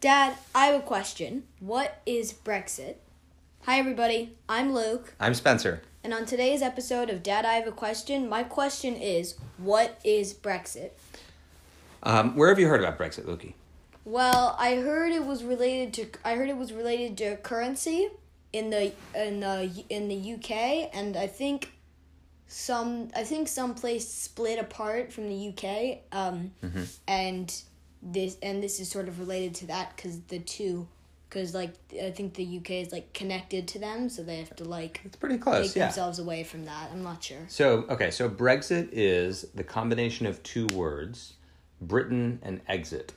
Dad, I have a question. What is Brexit? Hi, everybody. I'm Luke, I'm Spencer. and on today's episode of Dad, I have a question, my question is what is Brexit? Um, where have you heard about Brexit, Lukey? Well, I heard it was related to I heard it was related to currency in the in the in the UK and I think some I think some place split apart from the UK um Mm-hmm. and this and this is sort of related to that cuz the two cuz like I think the UK is like connected to them so they have to like It's pretty take close, yeah. themselves away from that. I'm not sure. So, okay, so Brexit is the combination of two words, Britain and exit.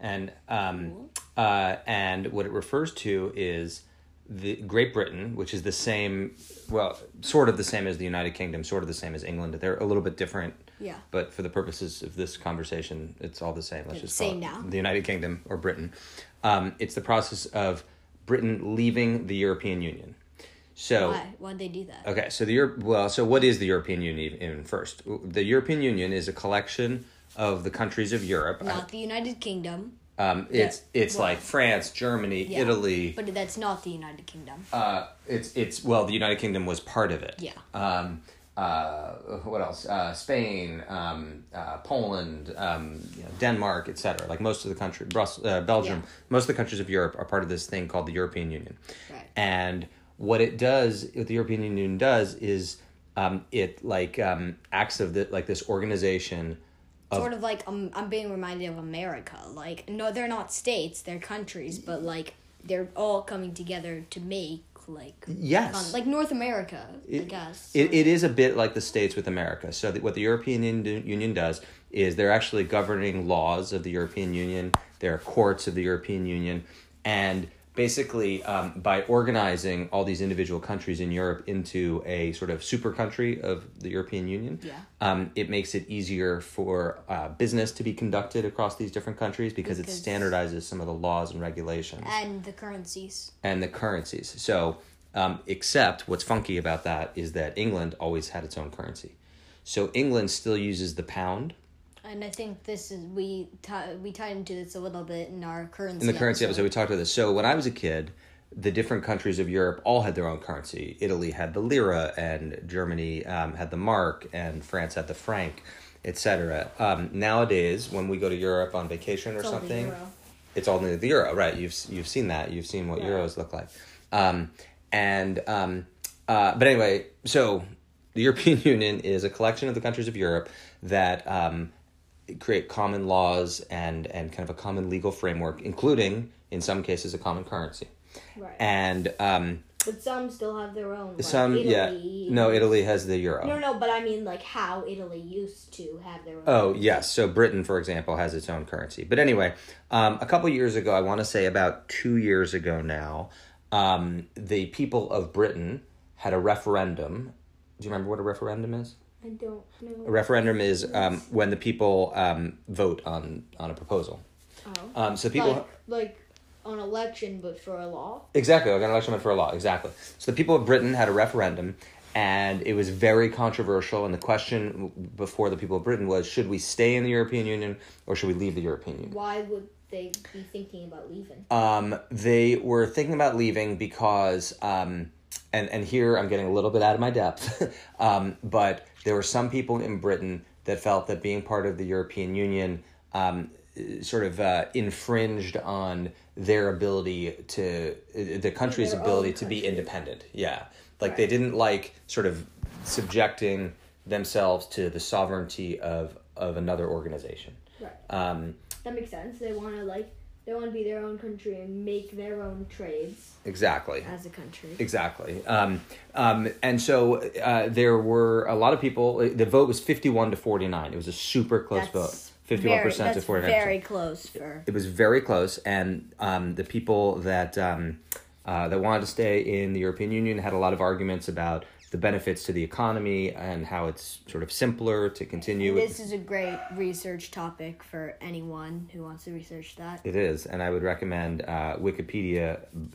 And um, uh, and what it refers to is the Great Britain, which is the same, well, sort of the same as the United Kingdom, sort of the same as England. They're a little bit different. Yeah. But for the purposes of this conversation, it's all the same. Let's just call Same it now. the United Kingdom or Britain. Um, it's the process of Britain leaving the European Union. So uh, Why why'd they do that? Okay, so the Europe. Well, so what is the European Union even first? The European Union is a collection of the countries of Europe. Not the United Kingdom. Um, it's it's well- like France, Germany, Yeah. Italy. But that's not the United Kingdom. Uh, it's it's well, the United Kingdom was part of it. Yeah. Um, uh, what else? Uh, Spain, um, uh, Poland, um, you know, Denmark, etc. Like most of the country, Brussels, uh, Belgium, Yeah. most of the countries of Europe are part of this thing called the European Union. Right. And what it does, what the European Union does, is um, it like um, acts of the, like this organization. sort of like um, I'm being reminded of America. Like, no, they're not states; they're countries, but like they're all coming together to make like Yes. con- like North America, I guess. It, it is a bit like the states with America. So that what the European Un- Union does is they're actually governing laws of the European Union. There are courts of the European Union, and basically um, by organizing all these individual countries in Europe into a sort of super country of the European Union, Yeah. um, it makes it easier for uh, business to be conducted across these different countries because, Because- it standardizes some of the laws and regulations and the currencies. and the currencies. So, um, except what's funky about that is that England always had its own currency. So England still uses the pound And I think this is we ti- we tied into this a little bit in our currency. in the currency episode. We talked about this. So when I was a kid, the different countries of Europe all had their own currency. Italy had the lira, and Germany um, had the mark, and France had the franc, etc. Um, nowadays, when we go to Europe on vacation or all the something, euro. it's all new the euro, right? You've you've seen that. You've seen what Yeah. euros look like. Um, and um, uh, but anyway, so the European Union is a collection of the countries of Europe that um, create common laws and and kind of a common legal framework, including in some cases a common currency. Right. And um, but some still have their own. Like some yeah, no, Italy has the euro. no. But I mean, like how Italy used to have their own. Oh yes, so Britain, for example, has its own currency. But anyway, um, a couple years ago, I want to say about two years ago now, um, the people of Britain had a referendum. Do you remember what a referendum is? I don't A know. referendum is um, when the people um, vote on on a proposal. Oh. Um, so people like like an election, but for a law. Exactly, like an election meant for a law. Exactly. So the people of Britain had a referendum, and it was very controversial. And the question w- before the people of Britain was: Should we stay in the European Union or should we leave the European Union? why would they be thinking about leaving? Um, they were thinking about leaving because, um, and and here I'm getting a little bit out of my depth, um, but there were some people in Britain that felt that being part of the European Union um, eh, sort of uh, infringed on their ability to eh, the country's Their own ability to be country. independent. Yeah, like they didn't like sort of subjecting themselves to the sovereignty of of another organization. Right. Um, That makes sense. They want to like they want to be their own country and make their own trades exactly. as a country. Exactly. Um, um, and so uh, there were a lot of people. uh, The vote was fifty-one to forty-nine. It was a super close vote. Fifty-one percent to forty-nine. Very close for. It was very close, and um, the people that um, uh, that wanted to stay in the European Union had a lot of arguments about the benefits to the economy and how it's sort of simpler to continue. This is a great research topic for anyone who wants to research that. It is, and I would recommend uh, Wikipedia.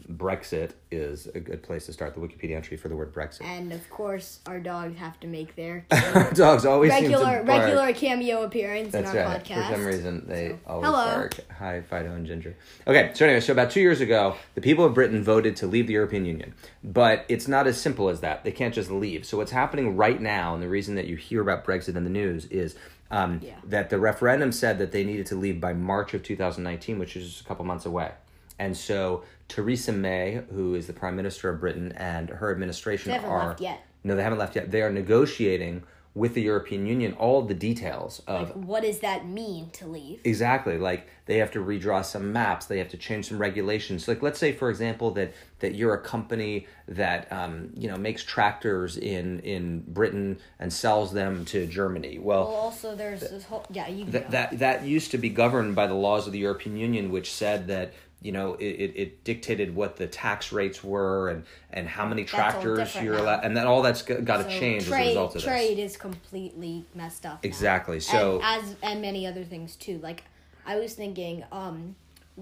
Brexit is a good place to start the Wikipedia entry for the word Brexit. And of course, our dogs have to make their Dogs always seem regular to bark. regular cameo appearance That's in our right. podcast. For some reason, they So, always hello. bark. Hi, Fido and Ginger. Okay, so anyway, so about two years ago, the people of Britain voted to leave the European Union, but it's not as simple as that. They can't just leave. So what's happening right now, and the reason that you hear about Brexit in the news is. Um, Yeah. That the referendum said that they needed to leave by March of 2019, which is just a couple months away. And so Theresa May, who is the Prime Minister of Britain, and her administration They haven't are left yet. no, they haven't left yet. They are negotiating with the European Union all the details of What does that mean to leave? Exactly. Like they have to redraw some maps. They have to change some regulations. Like let's say, for example, that that you're a company that um, you know makes tractors in in Britain and sells them to Germany. Well, Well, also there's this whole yeah you can that go. that that used to be governed by the laws of the European Union, which said that you know it, it, it dictated what the tax rates were and and how many all tractors different you're now. allowed, and then all that's got to So change as a trade result of this. trade is completely messed up. now. Exactly. So and, as and many other things too. Like I was thinking, um,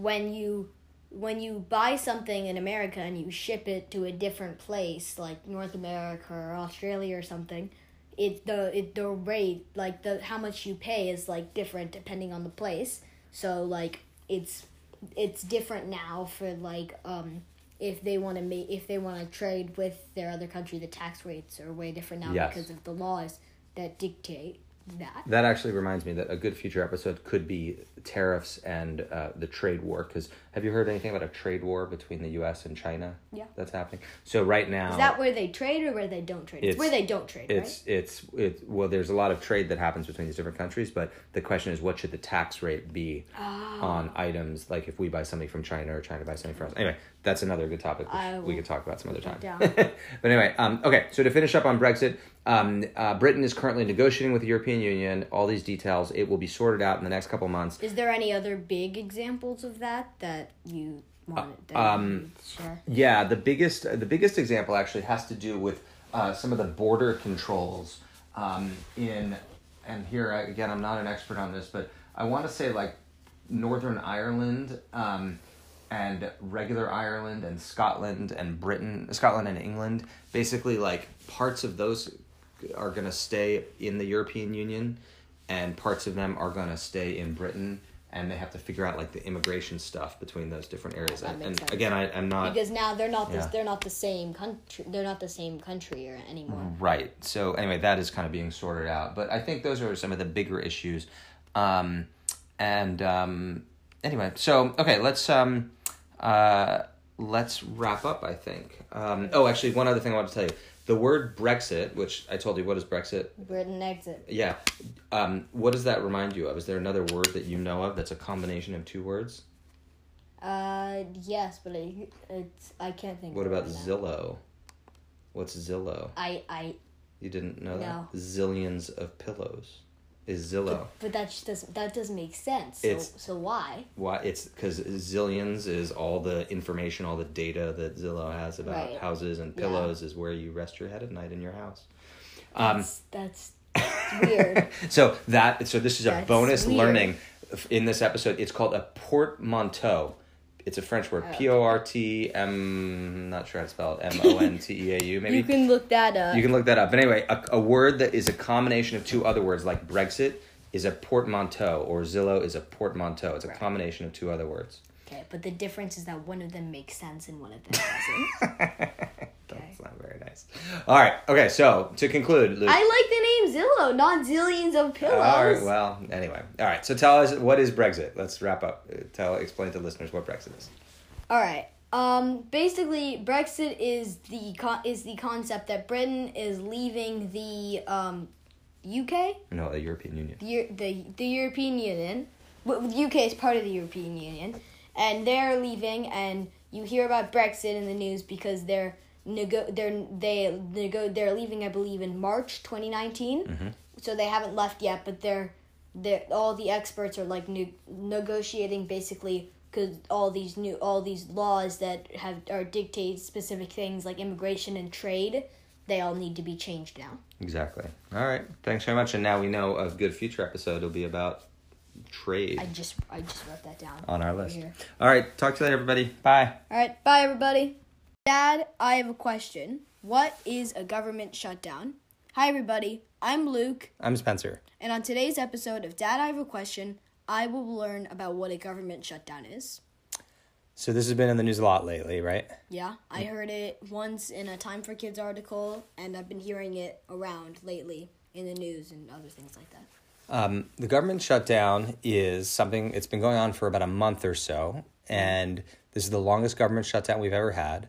when you when you buy something in America and you ship it to a different place, like North America or Australia or something, it the it the rate like the how much you pay is like different depending on the place. So like it's it's different now for like um if they want to make if they want to trade with their other country the tax rates are way different now Yes. because of the laws that dictate that That actually reminds me that a good future episode could be tariffs and uh, the trade war. Because have you heard anything about a trade war between the U.S. and China? Yeah. that's happening. So right now, Is that where they trade or where they don't trade? It's, Oh. It's- where they don't trade, it's it's it's well, there's a lot of trade that happens between these different countries. But the question is, what should the tax rate be Oh. on items like if we buy something from China or China buys something from us? Anyway, that's another good topic which I we will could talk about some other time. that down. but anyway, um, okay. So to finish up on Brexit, um, uh, Britain is currently negotiating with the European Union. All these details, it will be sorted out in the next couple months. right? Is there any other big examples of that that you want that um, you share? Yeah, the biggest the biggest example actually has to do with uh, some of the border controls um, in and here I- again I'm not an expert on this, but I want to say like Northern Ireland um, and regular Ireland and Scotland and Britain, Scotland and England, basically like parts of those are going to stay in the European Union and parts of them are going to stay in Britain and they have to figure out like the immigration stuff between those different areas. That and makes and sense. again, I, I'm not Because now they're not this, uh, yeah. they're not the same country. They're not the same country or anymore. Right. So anyway, that is kind of being sorted out. But I think those are some of the bigger issues. Um, and um, anyway, so okay, let's um, uh, let's wrap up. I think. Um, oh, actually, one other thing I want to tell you: the word Brexit, which I told you, what is Brexit? Britain exit. Yeah. Um, what does that remind you of? Is there another word that you know of that's a combination of two words? Uh, yes, but it, it's I can't think. What of about one now. Zillow? What's Zillow? I I You didn't know No. that? Zillions of pillows is Zillow. but that just doesn't that doesn't make sense. So It's- so why? why it's because zillions is all the information all the data that zillow has about Right. houses and Yeah. pillows is where you rest your head at night in your house um, That's that's weird. so that so this is a That's bonus weird. learning f- in this episode it's called a portmanteau it's a french word Oh. p-o-r-t-m not sure how to spell it m-o-n-t-e-a-u E maybe You can look that up. You can look that up. But anyway, a, a word that is a combination of two other words, like Brexit, is a portmanteau, or Zillow is a portmanteau. It's a combination of two other words. Okay, but the difference is that one of them makes sense and one of them doesn't. That's not very nice. All right. Okay. So to conclude, Luke. I like the name Zillow, not zillions of pillows. all right. Well, anyway. All right. So tell us what is Brexit. Let's wrap up. Uh, Tell explain to listeners what Brexit is. All right. Um, basically, Brexit is the con- is the concept that Britain is leaving the um, UK, No, the European Union. the Eu- the, the European Union. Well, the UK is part of the European Union, and they're leaving. And you hear about Brexit in the news because they're nego- they're they nego- they're leaving. I believe in March twenty so they haven't left yet. But they're they all the experts are like ne- negotiating basically because all these new all these laws that have are dictate specific things like immigration and trade they all need to be changed now. Exactly. All right. Thanks very much. And now we know a good future episode will be about trade I just I just wrote that down. on our list. here. All right. Talk to you later, everybody. Bye. All right, bye everybody. Dad, I have a question. What is a government shutdown? Hi everybody. I'm Luke, I'm Spencer. and on today's episode of Dad I have a question, I will learn about what a government shutdown is. So this has been in the news a lot lately, right? Yeah, I heard it once in a Time for Kids article, and I've been hearing it around lately in the news and other things like that. Um, the government shutdown is something it's been going on for about a month or so, Mm-hmm. and this is the longest government shutdown we've ever had.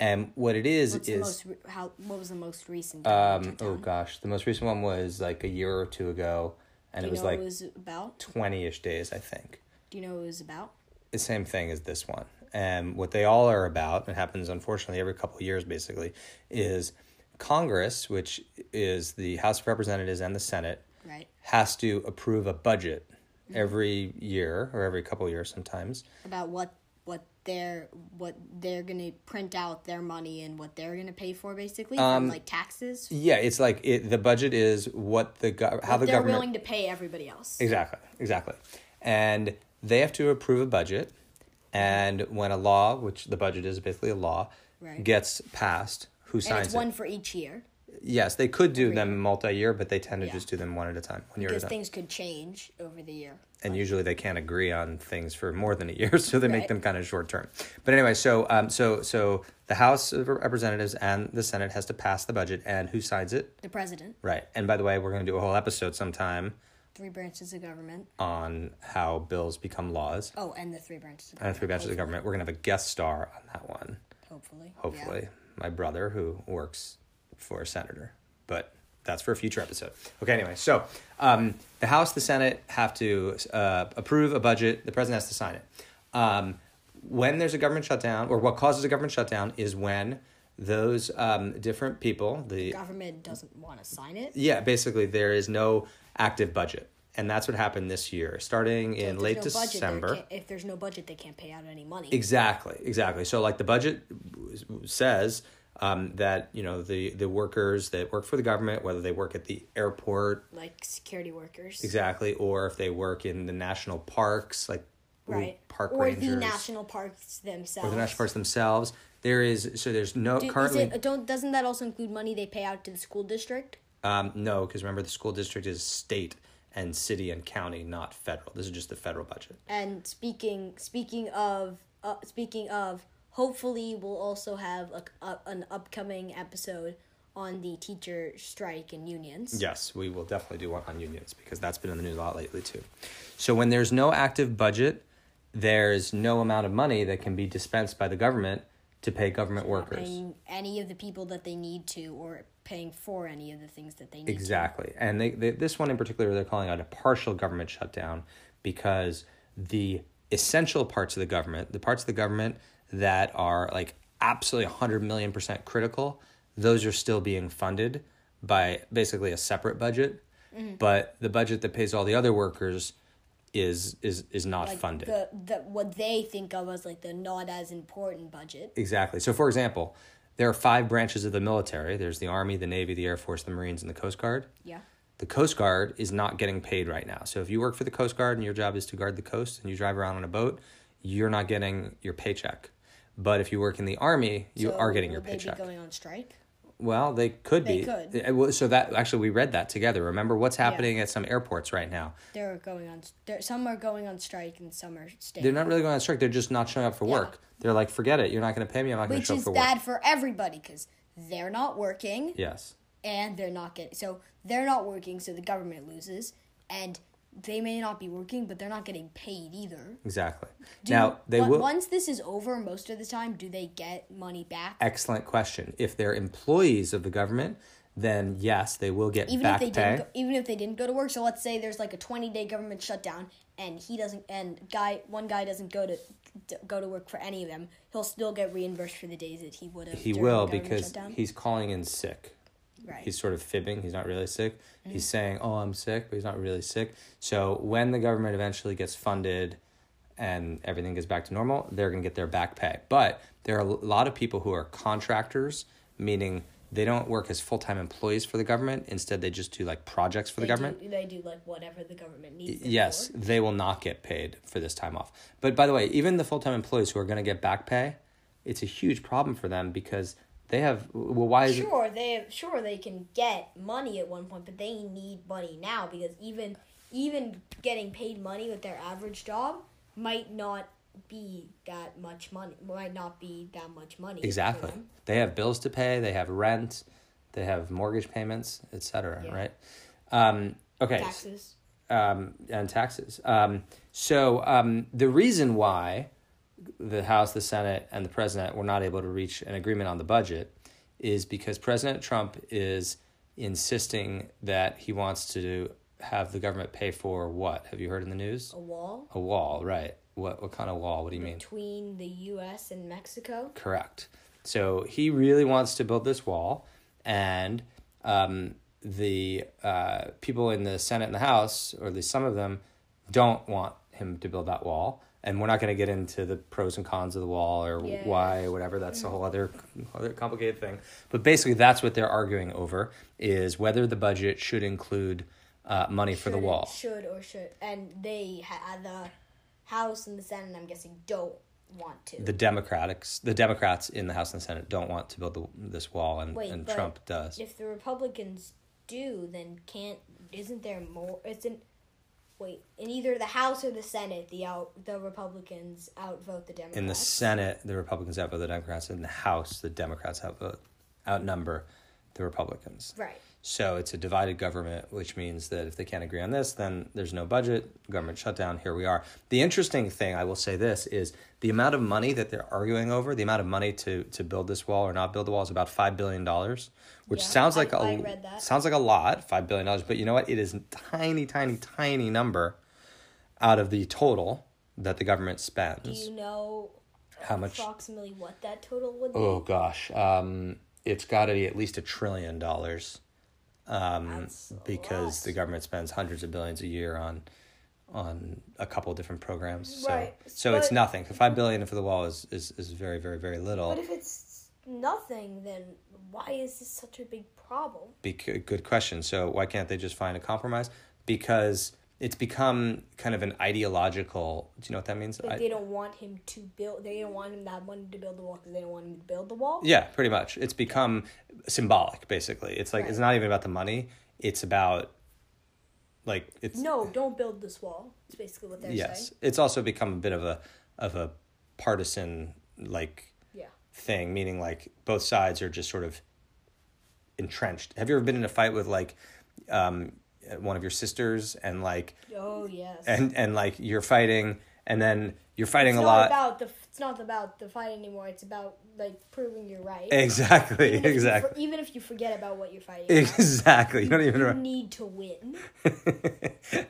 And what it is What's the is most re- how what was the most recent? government um, shutdown? oh gosh, the most recent one was like a year or two ago, and Do it you was know like what it was about? twenty-ish days, I think. Do you know what it was about? the same thing as this one. And what they all are about, and happens unfortunately every couple of years basically, is Congress, which is the House of Representatives and the Senate, Right. has to approve a budget every year or every couple of years sometimes. About what what they're what they're gonna print out their money and what they're gonna pay for basically from like taxes. Um, Yeah, it's like it, the budget is what the gov- how the they're government willing to pay everybody else. Exactly, exactly. And they have to approve a budget. And when a law, which the budget is basically a law, Right. gets passed, who and signs it's it? one for each year Yes, they could do them multi-year, but they tend to Yeah. just do them one at a time, one year at a because time. things could change over the year. and usually they can't agree on things for more than a year, so they make Right. them kind of short term. But anyway, so um, so so the House of Representatives and the Senate has to pass the budget, and who signs it? The president, Right. And by the way, we're going to do a whole episode sometime three branches of government. Uh, on how bills become laws Oh, and the three branches of and government. the three branches of government. We're going to have a guest star on that one. Hopefully. yeah. hopefully. My brother, who works for a senator, but that's for a future episode. Okay, anyway, so um, the House, the Senate have to uh, approve a budget, the president has to sign it. Um, when there's a government shutdown, or what causes a government shutdown, is when those um, different people, the Government doesn't want to sign it. yeah, basically there is no active budget, and that's what happened this year, starting in If there's late no budget, they December. can't- if there's no budget, they can't pay out any money. Exactly, exactly. So like the budget w- says um, that you know the the workers that work for the government, whether they work at the airport like security workers. exactly, or if they work in the national parks, like Right. park or rangers, the national parks themselves. or the national parks themselves. There is so there's no Do- is currently it- don't doesn't that also include money they pay out to the school district? um, no because remember the school district is state and city and county, not federal. This is just the federal budget. And speaking speaking of uh, speaking of, hopefully we'll also have a, a, an upcoming episode on the teacher strike and unions. Yes, we will definitely do one on unions because that's been in the news a lot lately too. So when there's no active budget, there's no amount of money that can be dispensed by the government to pay government workers. Paying any of the people that they need to, or paying for any of the things that they need. to. Exactly. And they, they, this one in particular, they're calling out a partial government shutdown because the essential parts of the government, the parts of the government that are like absolutely 100 million percent critical, those are still being funded by basically a separate budget. Mm-hmm. But the budget that pays all the other workers is is is not Like funded. the, the what they think of as like the not as important budget. Exactly. So, for example, there are five branches of the military. There's the Army, the Navy, the Air Force, the Marines, and the Coast Guard. Yeah. The Coast Guard is not getting paid right now. So if you work for the Coast Guard and your job is to guard the coast and you drive around on a boat, you're not getting your paycheck. But if you work in the army, you So are getting your would they be paycheck. going on strike. well, they could They be. could. Eh, well, So that actually we read that together. Remember what's happening at some airports right now. They're going on. There, some are going on strike and some are staying. They're not really going on strike. They're just not showing up for work. They're like, forget it. You're not going to pay me. I'm not going to which show up is for work. bad for everybody because they're not working Yes. and they're not getting. So they're not working, so the government loses, and they may not be working, but they're not getting paid either. Exactly. Do- now they on- will. Once this is over, most of the time, do they get money back? excellent question. If they're employees of the government, then yes, they will get Even if back they pay. didn't, go, even if they didn't go to work. So let's say there's like a twenty day government shutdown, and he doesn't, and guy one guy doesn't go to d- go to work for any of them. He'll still get reimbursed for the days that he would have. he during will the government because shutdown. he's calling in sick. right. He's sort of fibbing. He's not really sick. Mm. He's saying, "Oh, I'm sick," but he's not really sick. So when the government eventually gets funded and everything gets back to normal, they're going to get their back pay. But there are a lot of people who are contractors, meaning they don't work as full time employees for the government. Instead, they just do like projects for the They government. Do, they do like whatever the government needs. them Yes, for. they will not get paid for this time off. But by the way, even the full time employees who are going to get back pay, it's a huge problem for them because they have. Well, why is it? Sure, they have, sure they can get money at one point, but they need money now because even even getting paid money with their average job might not be that much money. Might not be that much money. for Exactly. them. They have bills to pay. They have rent. They have mortgage payments, etc. Yeah. Right. Um, okay. Taxes. um, and taxes. Um, so um, the reason why the House, the Senate, and the President were not able to reach an agreement on the budget is because President Trump is insisting that he wants to have the government pay for what? Have you heard in the news? A wall A wall, right? What what kind of wall? What do you mean? between the U.S. and Mexico. Correct. So he really wants to build this wall, and um, the uh, people in the Senate and the House, or at least some of them, don't want him to build that wall. And we're not going to get into the pros and cons of the wall or Yeah. why or whatever. That's Mm-hmm. a whole other other complicated thing. But basically, that's what they're arguing over is whether the budget should include uh, money for the Should- wall. Should or should, and they ha- the House and the Senate. I'm guessing don't want to. The Democrats, the Democrats in the House and the Senate, don't want to build the, this wall, and, Wait, and but Trump does. If the Republicans do, then can't isn't there more? Isn't wait in either the House or the Senate the out the Republicans outvote the Democrats in the Senate, the Republicans outvote the Democrats. In the House, the Democrats outvote outnumber the Republicans. right. So it's a divided government, which means that if they can't agree on this, then there's no budget, government shutdown, here we are. The interesting thing, I will say this, is the amount of money that they're arguing over, the amount of money to, to build this wall or not build the wall is about $5 billion, which Yeah, sounds I- like a I read that. sounds like a lot, $5 billion, but you know what? It is a tiny, tiny, tiny number out of the total that the government spends. Do you know How much? approximately what that total would be? Oh gosh, um, it's got to be at least a trillion dollars, um, That's a because lot. the government spends hundreds of billions a year on on a couple different programs. So, Right, so it's but- nothing. Five billion for the wall is, is is very very very little. But if it's nothing, then why is this such a big problem? Bec- good question. So why can't they just find a compromise? Because it's become kind of an ideological. Do you know what that means? Like I- they don't want him to build. They don't want him to have money to build the wall because they don't want him to build the wall. Yeah, pretty much. It's become symbolic, basically. It's like it's Right. not even about the money. It's about like it's No, don't build this wall. It's basically what they're yes. saying. It's also become a bit of a of a partisan like Yeah. thing, meaning like both sides are just sort of entrenched. Have you ever been in a fight with like um, one of your sisters and like Oh yes. and and like you're fighting and then you're fighting it's a not lot. about the f- it's not about the fight anymore. It's about like proving you're right. Eh, exactly, Even if you exactly. for- even if you forget about what you're fighting, about, Exactly. You don't even you remember. need to win.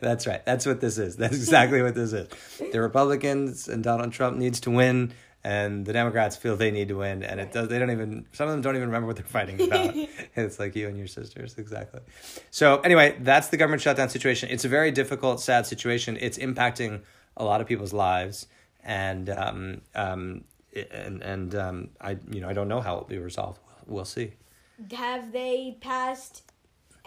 That's right. That's what this is. That's exactly what this is. The Republicans and Donald Trump needs to win, and the Democrats feel they need to win, and it does. They don't even. Some of them don't even remember what they're fighting about. it's like you and your sisters, exactly. So anyway, that's the government shutdown situation. It's a very difficult, sad situation. It's impacting a lot of people's lives, and um, um, it- and and um, I, you know, I don't know how it'll be resolved. We'll see. Have they passed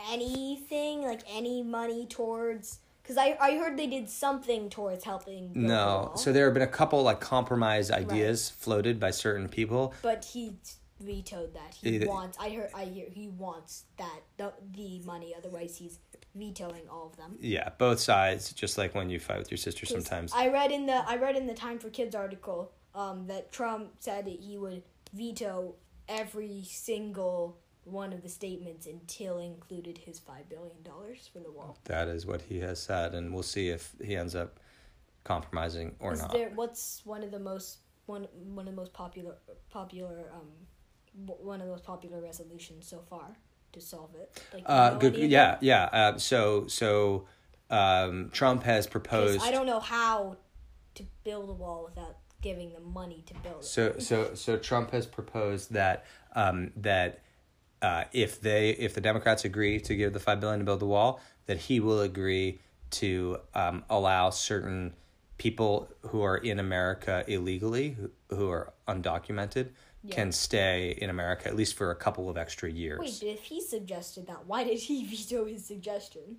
anything like any money towards? Because I I heard they did something towards helping. build the No. wall, So there have been a couple like compromise ideas floated by certain people. but he vetoed that. He Either- wants. I heard. I hear he wants that the the money. Otherwise, he's vetoing all of them. Yeah, both sides, just like when you fight with your sister sometimes. I read in the I read in the Time for Kids article um, that Trump said that he would veto every single one of the statements until included his five billion dollars for the wall. that is what he has said, and we'll see if he ends up compromising or Is not. there what's one of the most one one of the most popular popular um w- one of the most popular resolutions so far to solve it? Like do you uh, know good, any of yeah, them? yeah. Uh, so, so um, Trump has 'Cause proposed. I don't know how to build a wall without giving them money to build it. So so so Trump has proposed that um, that uh, if they if the Democrats agree to give the five billion to build the wall, that he will agree to um, allow certain people who are in America illegally, who, who are undocumented, can stay in America at least for a couple of extra Wait, years. but if he suggested that, why did he veto his suggestion?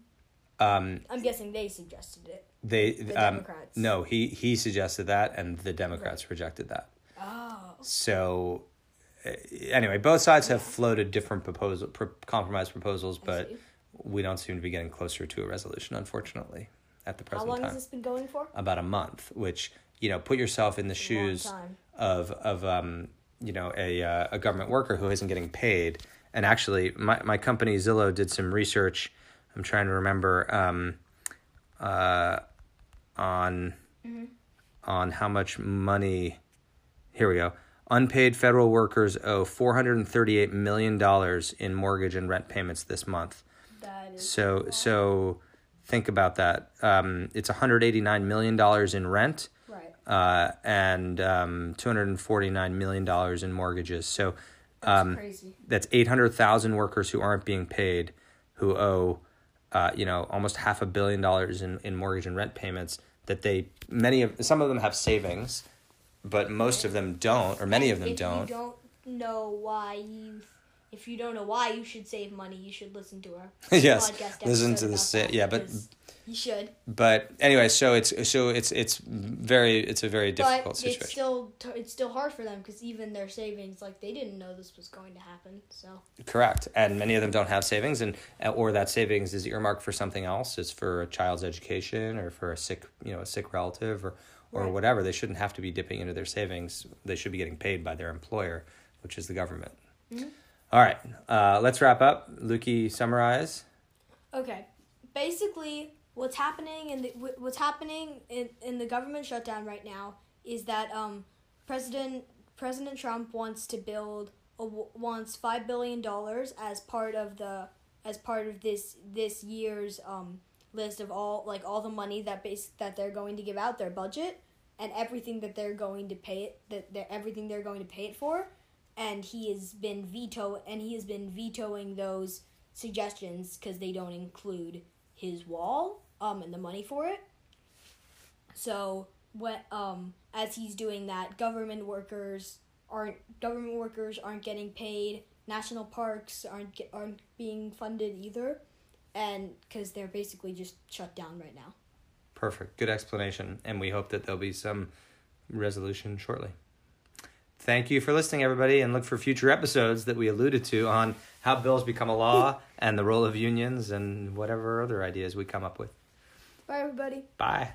Um, I'm guessing they suggested it. they um, Democrats. No, he he suggested that, and the Democrats rejected that. Oh. So, uh, anyway, both sides have floated different proposal pro- compromise proposals, but see. we don't seem to be getting closer to a resolution, unfortunately, at the How present long time. has this been going for? About a month, which you know, put yourself in the shoes time. of of um you know a uh, a government worker who isn't getting paid. And actually, my my company Zillow did some research. I'm trying to remember. Um, uh, on on how much money here we go unpaid federal workers owe 438 million dollars in mortgage and rent payments this month That is. so so think about that um, it's 189 million dollars in rent Right. uh, and um, 249 million dollars in mortgages so um, Crazy. that's 800,000 workers who aren't being paid who owe uh, you know almost half a billion dollars in, in mortgage and rent payments that they many of some of them have savings but most of them don't or many of them if don't you don't know why you, if you don't know why you should save money, you should listen to our Yes, podcast listen episode to the about sa- that, yeah, but- because you should. but anyway so it's so it's it's very it's a very difficult but situation it's still t- it's still hard for them because even their savings, like they didn't know this was going to happen. So Correct, and many of them don't have savings, and uh, or that savings is earmarked for something else. It's for a child's education, or for a sick, you know, a sick relative, or or whatever. They shouldn't have to be dipping into their savings. They should be getting paid by their employer, which is the government. All right, uh, let's wrap up. Lukey, summarize. Okay, basically, what's happening in the wh- what's happening in, in the government shutdown right now is that um, President President Trump wants to build a, w- wants five billion dollars as part of the as part of this this year's um, list of all like all the money that base that they're going to give out their budget and everything that they're going to pay it that they're, everything they're going to pay it for and he has been veto and he has been vetoing those suggestions because they don't include his wall um and the money for it so what um as he's doing that government workers aren't government workers aren't getting paid national parks aren't ge- aren't being funded either and because they're basically just shut down right now Perfect, good explanation, and we hope that there'll be some resolution shortly. Thank you for listening, everybody, and look for future episodes that we alluded to on how bills become a law and the role of unions and whatever other ideas we come up with. bye everybody Bye.